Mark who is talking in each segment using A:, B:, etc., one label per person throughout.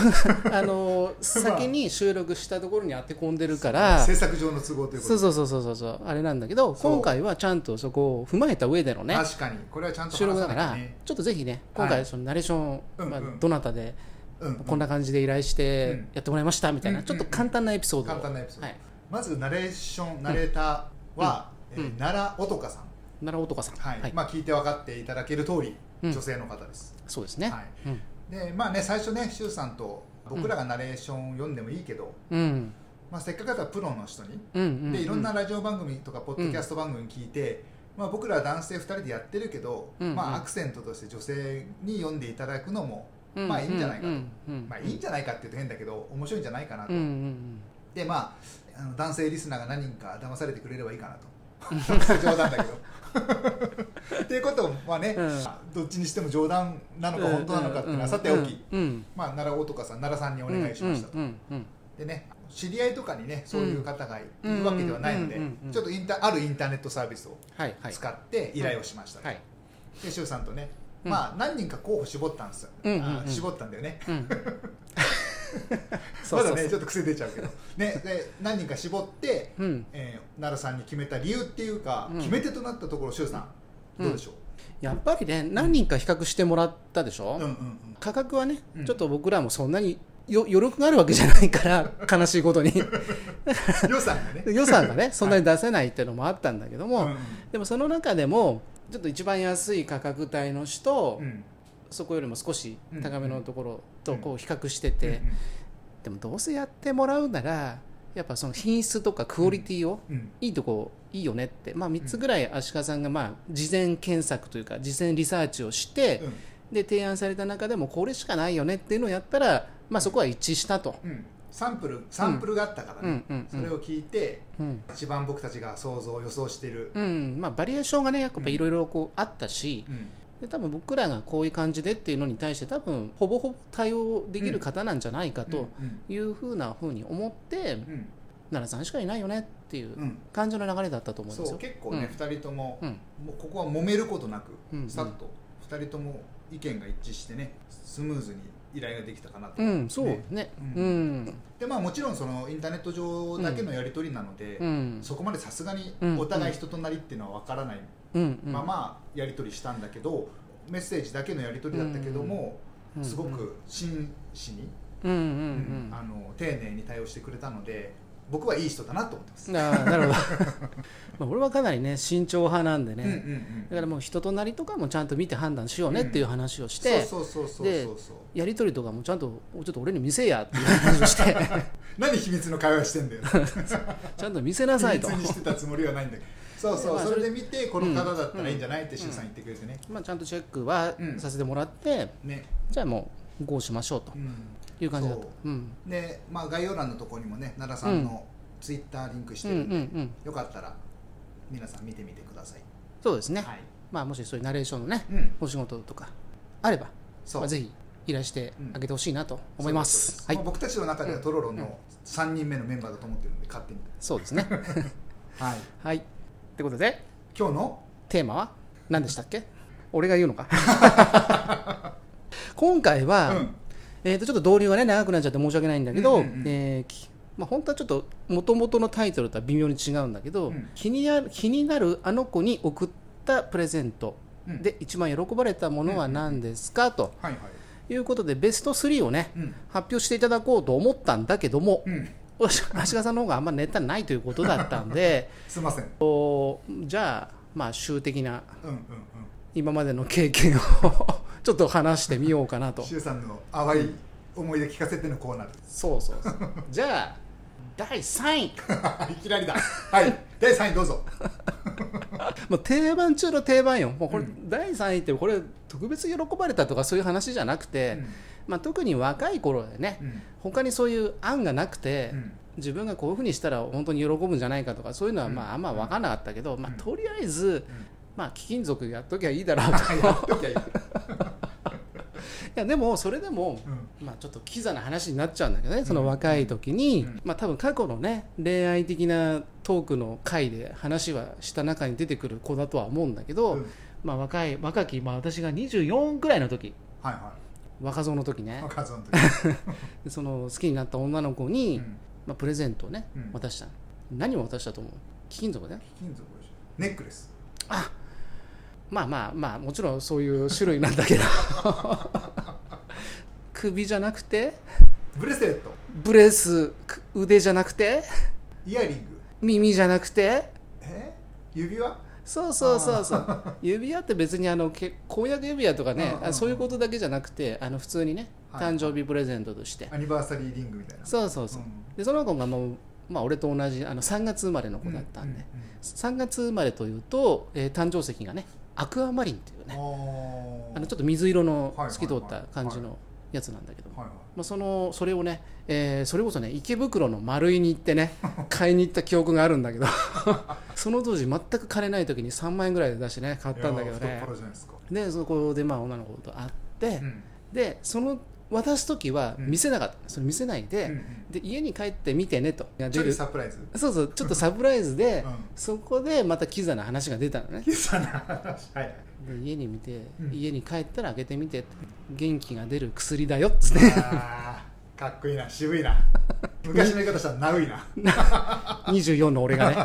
A: あの先に収録したところに当て込んでるから
B: 制作上の都合ということ
A: そうそうそうそうそうそうあれなんだけど
B: そう
A: 今回はちゃんとそこを踏まえた上でのね
B: 確かにこれはちゃんと
A: 収録だから、
B: 話さなきゃね
A: ちょっとぜひね
B: はい
A: 今回そのナレーション、
B: うん
A: まあ
B: うん
A: どなたで
B: うんうん
A: こんな感じで依頼し
B: う
A: て
B: ん
A: やってもらいましたみたいな、
B: うん
A: ちょっと簡単なエピソードを
B: 簡単なエピソード
A: はい、
B: まずナレーションナレーターは、
A: うん
B: え
A: う
B: ー
A: ん
B: 奈良音香さん
A: 奈良男さん
B: はい、まあ聞いて分かっていただける通り、
A: うん
B: 女性の方です
A: そうですね、
B: はい
A: うん、
B: でまあね最初ね周さんと僕らがナレーションを読んでもいいけど、
A: うん
B: まあ、せっかくだったらプロの人に
A: うんうん
B: でいろんなラジオ番組とかポッドキャスト番組聞いて、まあ、僕らは男性2人でやってるけど、
A: うんうん
B: まあ、アクセントとして女性に読んでいただくのも、まあいいんじゃないかと
A: うんうん
B: まあ、いいんじゃないかって言うと変だけど面白いんじゃないかなと、
A: うんうん
B: でまああの男性リスナーが何人か騙されてくれればいいかなと 冗談だけどっていうことはね、
A: うん
B: どっちにしても冗談なの
A: うん
B: か本当なのかっていうのはさておき、
A: うん
B: まあ、奈良男さん奈良さんにお願いしましたと。
A: うんうん
B: でね、知り合いとかにねそういう方がい
A: うん
B: るわけではないので、
A: うんうんうん
B: ちょっとインターあるインターネットサービスを
A: はいはい
B: 使って依頼をしました、
A: はい
B: で周さんとね、
A: うん
B: まあ何人か候補絞ったんですよ、
A: うんうんうん
B: あー絞ったんだよね
A: うん
B: まだねちょっと癖出ちゃうけどねで何人か絞って、
A: うん
B: えー奈良さんに決めた理由っていうか、
A: うん
B: 決め手となったところ周さんどうでしょ
A: やっぱりね何人か比較してもらったでし
B: う、
A: ょ、
B: うん、うんうん
A: 価格はね、
B: うん
A: ちょっと僕らもそんなによ余力があるわけじゃないから悲しいことに
B: 予算がね
A: 予算がねそんなに出せないっていうのもあったんだけども、
B: うん
A: でもその中でもちょっと一番安い価格帯の人と、
B: うんうん
A: そこよりも少し高めのところと
B: うん
A: こう比較してて、でもどうせやってもらうならやっぱその品質とかクオリティを、
B: うんうん
A: いいとこいいよねって、まあ、3つぐらい足利さんがまあ事前検索というか事前リサーチをして、
B: うん
A: で提案された中でもこれしかないよねっていうのをやったら、まあ、そこは一致したと、
B: うんサンプルサンプルがあったからね、
A: うんうんうん
B: それを聞いて
A: うん
B: 一番僕たちが想像予想している、
A: うんまあ、バリエーションがねやっぱいろいろこうあったし、
B: うん
A: で多分僕らがこういう感じでっていうのに対して多分ほぼほぼ対応できる方なんじゃないかと
B: うん
A: いうふうなふうに思って、
B: うん
A: 奈良さんしかいないよねっていう
B: うん
A: 感じの流れだったと思うんで
B: そ
A: す
B: う
A: よ。
B: 結構ね、二人とも,、
A: うん
B: もうここは揉めることなく、
A: うん
B: さっと二人とも意見が一致してねスムーズに依頼ができたかなと、
A: うんそう
B: ね
A: ね
B: う
A: うん
B: でまあ、もちろんそのインターネット上だけのやり取りなので、
A: うん
B: そこまでさすがに
A: うん
B: お互い人となりっていうのは分からない
A: うんうん
B: ままやり取りしたんだけど、メッセージだけのやり取りだったけども、
A: うん
B: すごく真摯に、
A: うんうん
B: うんあの丁寧に対応してくれたので僕はいい人だなと思ってます。
A: うんああなるほ どまあ俺はかなりね慎重派なんでね、
B: うんうんうん
A: だからもう人となりとかもちゃんと見て判断しようねっていう話をして、
B: そうそうそうそう
A: で
B: そうそう
A: やり取りとかもちゃんとちょっと俺に見せやっていう話をして
B: 何秘密の会話してんだよ
A: ちゃんと見せなさ
B: 秘
A: い
B: 密
A: と。
B: にしてたつもりはないんだけどそうそう、
A: まあ
B: そ
A: それ
B: れで見てこの方だったらいいんじゃないって周さん言ってくれてね、
A: まあ、ちゃんとチェックは
B: うん
A: させてもらって、
B: ね、
A: じゃあもう GO しましょうと
B: うん、
A: いう感じだった
B: そう
A: うん
B: で、まあ、概要欄のところにもね奈良さんのツイッターリンクし
A: う
B: て
A: んう
B: る
A: ん
B: んで、
A: うん
B: よかったら皆さん見てみてください、
A: そうですね、
B: はい、
A: まあもしそういうナレーションのね
B: うん、
A: お仕事とかあれば、
B: そう、
A: まあ、ぜひ依頼してあげてほしいなと思います、
B: そう
A: は
B: で
A: い
B: まあ僕たちの中ではトロロンの3人目のメンバーだと思ってるんで勝手に、
A: そうですね
B: はい、
A: はいってことで
B: 今日の
A: テーマは何でしたっけ俺が言うのか 今回は、
B: うん
A: えー、とちょっと導流がね長くなっちゃって申し訳ないんだけど、
B: うんうんうん
A: えーきまあ、本当はちょっと元々のタイトルとは微妙に違うんだけど、
B: うん
A: 気になる気になるあの子に送ったプレゼント
B: うん
A: で一番喜ばれたものは何ですか、と
B: はいはい
A: いうことでベスト3をね
B: うん
A: 発表していただこうと思ったんだけども、
B: うん
A: 足 足利さんの方があんまネタないということだったん で
B: すいません
A: おじゃあまあ終的な
B: うんうん
A: 今までの経験を ちょっと話してみようかな
B: う
A: と
B: ん周さんの淡い思い出聞かせてのコーナーです
A: そうそうそうじゃあ第3位
B: いきなりだ。はい。第3位どうぞ。
A: もう定番中の定番よもうこれ、
B: うん
A: 第3位ってこれ特別喜ばれたとかそういう話じゃなくて、まあ、特に若い頃でね、
B: うん
A: 他にそういう案がなくて、
B: うん
A: 自分がこういうふうにしたら本当に喜ぶんじゃないかとかそういうのはまああんま分からなかったけど、まあ、
B: うん
A: とりあえず、まあ、貴金属やっときゃいいだろうとい
B: やっときゃ いい。
A: やでもそれでも、
B: うん
A: まあ、ちょっとキザな話になっちゃうんだけどねその若い時に、
B: うん
A: まあ、多分過去のね恋愛的なトークの回で話はした中に出てくる子だとは思うんだけど、
B: うん
A: まあ、若い若き、まあ、私が24くらいの時
B: はいはい。
A: 若造の時ね
B: 若造の時。
A: でその好きになった女の子に、
B: うん
A: まあ、プレゼントをね
B: うん
A: 渡したの何を渡したと思う貴金属ね
B: 金属でしょ。ネックレス。
A: まあまあまあもちろんそういう種類なんだ けど首じゃなくて
B: ブレスレット。
A: ブレスく腕じゃなくて
B: イヤリング。
A: 耳じゃなくて
B: え指輪
A: そうそうそうそう 指輪って別にあのけ婚約指輪とかね
B: うんうんうん
A: あそういうことだけじゃなくてあの普通にね
B: はい
A: 誕生日プレゼントとして、
B: アニバーサリーリングみたいな。
A: そうそうそう、
B: うん
A: でその子がもう、まあ、俺と同じあの3月生まれの子だったんで、3月生まれというと、えー誕生石がねアクアマリンっていう
B: うん。
A: ね
B: おー
A: あのちょっと水色の
B: はいはいはい
A: 透き通った感じのやつなんだけども、
B: はいは
A: まあ、そのそれをね、えーそれこそね池袋の丸井に行って ね買いに行った記憶があるんだけど その当時全く金ない時に3万円ぐらいで出してね買
B: い。
A: ったんだけど
B: いやー
A: ね
B: 太っ腹じゃないですか。
A: でそこでまあ女の子と会って、
B: うん
A: でその渡す時は見せなかった、それ見せないで,、
B: うんうん
A: で家に帰って見てねと
B: ち
A: 出
B: ょっと
A: る
B: サプライズ。
A: そうそうちょっとサプライズで、
B: うん
A: そこでまたキザな話が出たのね
B: 小さな話。はいはい。
A: で家に見て、
B: うん
A: 家に帰ったら開けてみてって元気が出る薬だよっつって
B: あーかっこいいな。渋 いな。昔の言い方したらナウいな。
A: 24の俺がね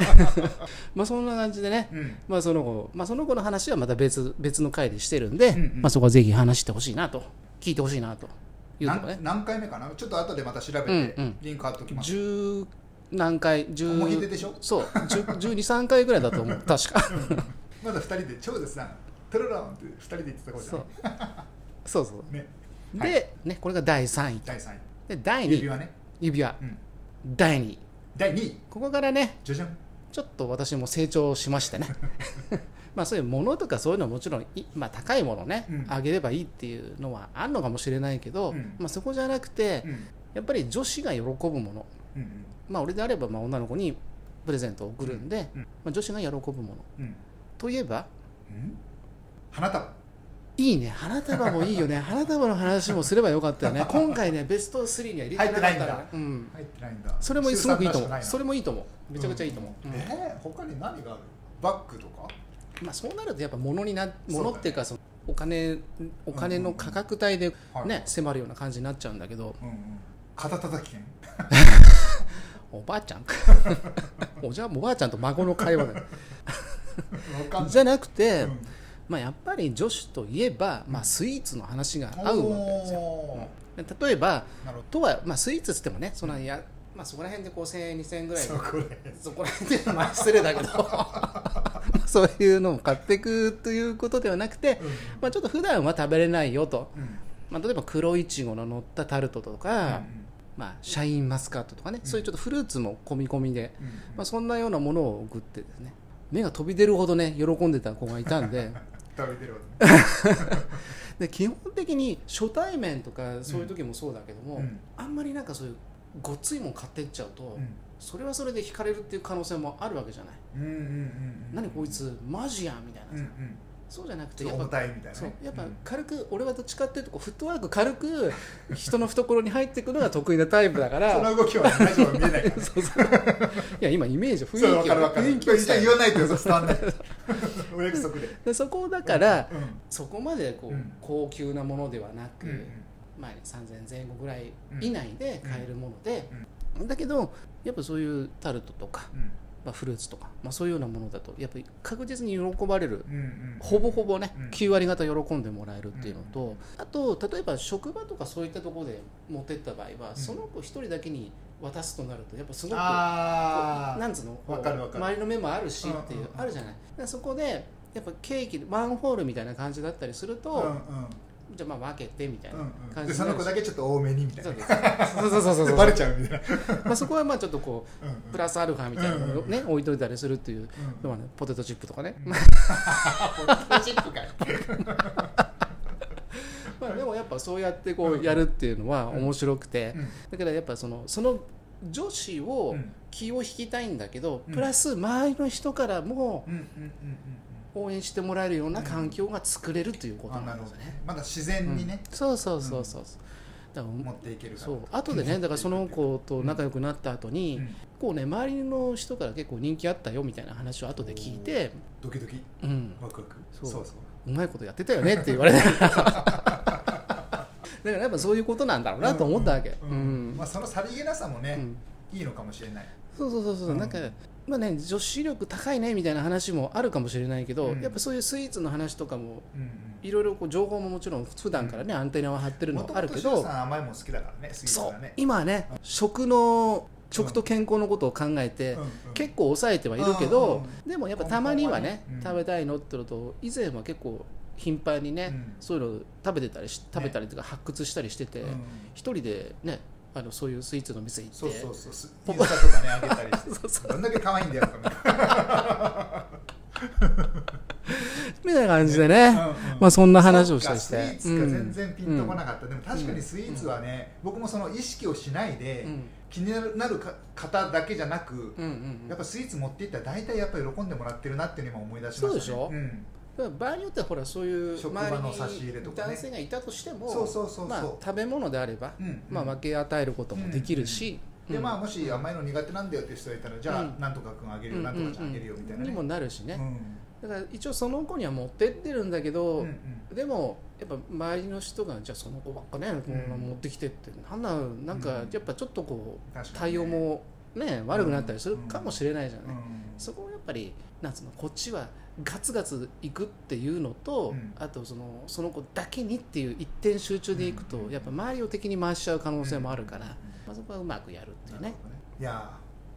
A: まあそんな感じでね、
B: うん。
A: まあ、その子、まあ、その子の話はまた別別の回でしてるんで、
B: うんうん
A: まあ、そこはぜひ話してほしいなと聞いてほしいなというとこね
B: 何何回目かなちょっと後でまた調べて、
A: うんうん
B: リンク貼っときます
A: 十何回十
B: 思い出でしょ
A: そう123回ぐらいだと思 う確か
B: まだ2人で超ですなトロロンって2人で言ってたことじゃ
A: そ
B: な
A: うそうそう
B: いね
A: で、
B: はい
A: ね、これが第3位
B: 第3位
A: で第2位
B: 指輪ね、
A: 指輪
B: うん、
A: 第2位
B: 第2位
A: ここからね
B: じゃじゃん
A: ちょっと私も成長しましてね まあそういうものとかそういうのはもちろんい、まあ、高いものをね、
B: うん
A: あげればいいっていうのはあるのかもしれないけど、
B: うん
A: まあ、そこじゃなくて、
B: うん
A: やっぱり女子が喜ぶもの、
B: うん
A: まあ、俺であればまあ女の子にプレゼントを送るんで、
B: うんうん
A: まあ、女子が喜ぶもの
B: うんうん
A: といえば
B: うん花束
A: いいね花束もいいよ ね花束の話もすればよかったよね今回ねベスト3には入れてなかったから
B: 入
A: ね
B: っ
A: うん、
B: 入ってないんだ
A: それもすごくいいと思うそ
B: れ
A: れもいいと思うめちゃくちゃいいと思う、うん
B: えー、他に何があるバッグとか
A: まあ、そうなるとやっぱ物にな物っていうかそのお金お金の価格帯で、ね
B: はい
A: 迫るような感じになっちゃうんだけど
B: うんうん、肩たたき券
A: おばあちゃん おじゃおばあちゃんと孫の会話だよ
B: わかんない
A: じゃなくて、
B: うん
A: まあ、やっぱり女子といえば、まあ、スイーツの話が 合うわけですよ、
B: お
A: う
B: ー
A: ん例えば
B: なるほ
A: とは、まあ、スイーツっつってもねそのや、まあ、そこら辺でこう1000円2000円ぐ
B: ど
A: らい
B: そ
A: の
B: こで
A: そこら辺でまあ失礼だけ どそういうのを買っていくということではなくて、まあ、ちょっと普段は食べれないよと、
B: うんうん
A: まあ、例えば黒いちごの乗ったタルトとか、
B: う
A: まあ、シャインマスカットとかね、
B: うん
A: そういうちょっとフルーツも込み込みで、
B: んうん
A: まあ、そんなようなものを送ってですね目が飛び出るほどね喜んでた子がいたん で
B: 食べてるわけね
A: で基本的に初対面とかそういう時もそうだけども、
B: うん
A: あんまりなんかそういうごっついもん買ってっちゃうと、
B: うん
A: それはそれで惹かれるっていう可能性もあるわけじゃない、
B: うんうんうんうん
A: 何こいつマジやんみたいな、
B: うんうん
A: そうじゃなくて
B: ちょ
A: や
B: っ
A: っ
B: と
A: ぱ
B: 重たいみたいな
A: そう
B: ね
A: やっぱ
B: うん
A: 軽く俺はどっちかっていうとこうフットワーク軽く人の懐に入っていくのが得意なタイプだか
B: そ
A: ら
B: の動きはねラジオは見えないから
A: そうそういや今イメージ雰囲
B: そうわ
A: 気
B: かる
A: を
B: わかる
A: 雰囲気
B: 一
A: を
B: 切言わないとよ伝わん ないお約束で
A: でそこだから、
B: うん
A: そこまでこう、
B: うん
A: 高級なものではなく、
B: うんうん
A: まあ、3000前後ぐらい以内で買えるもので
B: うん、
A: だけどやっぱそういうタルトとか、
B: うん
A: まあ、フルーツとか、まあ、そういうようなものだとやっぱり確実に喜ばれる
B: うんうん
A: ほぼほぼね、
B: うん
A: 9割方喜んでもらえるっていうのと、
B: うん
A: あと例えば職場とかそういったところで持ってった場合は、
B: ん
A: その子一人だけに渡すとなるとやっぱすごく
B: あー
A: なんつうのこう
B: わかるわかる
A: 周りの目もあるしっていう、
B: うんうんうん
A: あるじゃないだからそこでやっぱケーキワンホールみたいな感じだったりすると、
B: う
A: じゃあまあ分けてみたい
B: んうんう
A: なん
B: うん
A: 感
B: で
A: じ
B: そ
A: にな
B: の
A: る
B: 子
A: し
B: だけちょっと多めにみたいな
A: そうそうそうそうそう
B: でバレ ちゃうみたいな
A: まあ、そこはまあちょっとこ
B: うんうん
A: うプラスアルファみたいなのをね、置いといたりするっていう、
B: うん
A: まあね、ポテトチップとかね、
B: うんチップかい
A: まあ、でもやっぱそうやってこうやるっていうのは面白くて、
B: うん
A: だからやっぱそのその女子を気を引きたいんだけど、
B: うん
A: プラス周りの人からも
B: うんうんうんうん
A: 応援してもらえるような環境が作れるというこ
B: うん
A: と
B: あ
A: な
B: なんる
A: で
B: ほ
A: す
B: ど
A: よね。
B: ねまだ自然にね
A: うんそうそうそうそう、だから
B: 持っていけるから
A: そう後でねだからその子と仲良くなった後に、
B: うん
A: こうね周りの人から結構人気あったよみたいな話を後で聞いて、
B: ドキドキ
A: うん、
B: ワクワク
A: そう
B: そうそう
A: うまいことやってたよねって言われ たからだからやっぱそういうことなんだろうなと思ったわけ
B: う
A: うんん、
B: うんまあそのさりげなさも
A: う
B: ね
A: ん
B: いいのかもしれない
A: そうそうそうそう、
B: うん
A: なんかまあね女子力高いねみたいな話もあるかもしれないけど、
B: うん
A: やっぱそういうスイーツの話とかも
B: うんうん
A: いろいろこう情報ももちろん普段からね、アンテナは張ってるの
B: も
A: は
B: と
A: あ
B: も
A: る
B: と
A: け
B: シュウ
A: ど、
B: さん甘いもん好きだからねスイー
A: そ
B: ツ
A: う
B: がね
A: 今はね食の食と健康のことを考えて、
B: うんうん
A: 結構抑えてはいるけど、でもやっぱたまにはね、
B: 根本はねうん
A: 食べたいのってのと以前は結構頻繁にね、
B: うん
A: そういうの食べてたりし食べたりとか発掘したりしてて、
B: うん
A: 一人でねあのそういうスイーツの店行って
B: そうそうそうス
A: ポ
B: インスタとかねあげたりして
A: そうそう
B: どんだけ可愛いんだよとか ね
A: みたいな感じでね、まあ、そんな話をしたりし
B: そっか
A: て
B: スイーツが全然ピンとこな
A: か
B: かった、でも確かにスイーツはね、僕もその意識をしないで、
A: うん
B: 気になるなるか方だけじゃなく、
A: うんうんうん
B: やっぱスイーツ持っていったら大体やっぱ喜んでもらってるなっていうのを今思い出しましたね
A: そうでしょ
B: ん、
A: だから場合によってはほらそういう
B: 職場の
A: 周
B: 差し入れ
A: り
B: と
A: に
B: かね
A: 男性がいたとしても
B: そうそうそうそう
A: まあ、食べ物であれば、
B: うんうん
A: まあ、分け与えることもできるし、
B: で
A: うん
B: まあもし甘いの苦手なんだよって人がいたらじゃあ、
A: うん
B: なんとか君あげるよ、
A: うん
B: なんとかちゃんあげるよみたいなね、
A: にもなるしね、
B: うん
A: だから一応その子には持ってってるんだけど、
B: うんうん
A: でもやっぱ周りの人がじゃあその子ばっかね、こんなの持ってきてってなんだなんか
B: うん
A: やっぱちょっとこう、
B: 確かに
A: 対
B: ね
A: 応もね悪くなったりするかもしれないじゃない、
B: うん
A: そこをやっぱりなんつうのこっちはガツガツいくっていうのと、
B: うん
A: あとそのその子だけにっていう一点集中でいくと、
B: うん
A: やっぱ周りを敵に回しちゃう可能性もあるから、まあ、そこはうまくやるっていう
B: な
A: ね
B: るほどねいや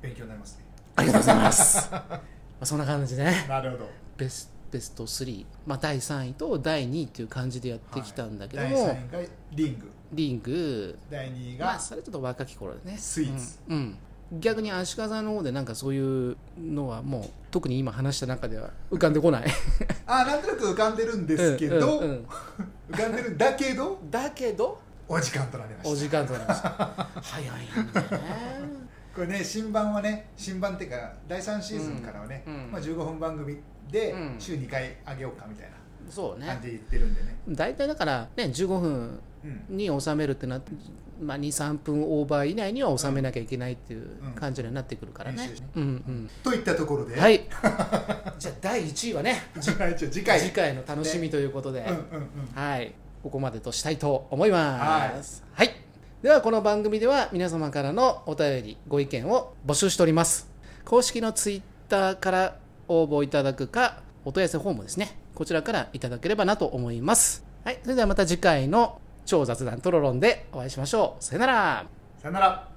B: ー勉強になりますね
A: ありがとうございます まあそんな感じでね
B: なるほど
A: ベスベスト3、まあ、第3位と第2位っていう感じでやってきたんだけども、
B: はい、第3位がリング
A: リング
B: 第2位が、
A: まあそれちょっと若き頃でね
B: スイーツ、
A: うんうん逆に足利さんの方でなんかそういうのはもう特に今話した中では浮かんでこない
B: あーなんとなく浮かんでるんですけど、
A: うんうん
B: 浮かんでるんだけど
A: うんだけど
B: お時間となりま
A: お時
B: した
A: 間となりました早いんだね
B: これね新版はね新版っていうか第3シーズンからはね、
A: うんうん
B: まあ、15分番組で
A: うん
B: 週2回あげようかみたい
A: そう
B: な感
A: ね
B: じで言ってるんでね、
A: 大体だからね15分
B: うん
A: に収めるってなってまあ、23分オーバー以内には収めなきゃいけないっていう感じにはなってくるからね
B: うんうん、
A: うんうん
B: といったところで、、
A: はいい じゃあ第1位はね
B: 次回次回
A: 次回の楽しみということで、
B: うんうんうん
A: はい、ここまでとしたいと思います。はい、ではこの番組では皆様からのお便り、ご意見を募集しております。公式のツイッターから応募いただくか、お問い合わせフォームですね。こちらからいただければなと思います。はい、それではまた次回の超雑談トロロンでお会いしましょう。さよなら。
B: さよなら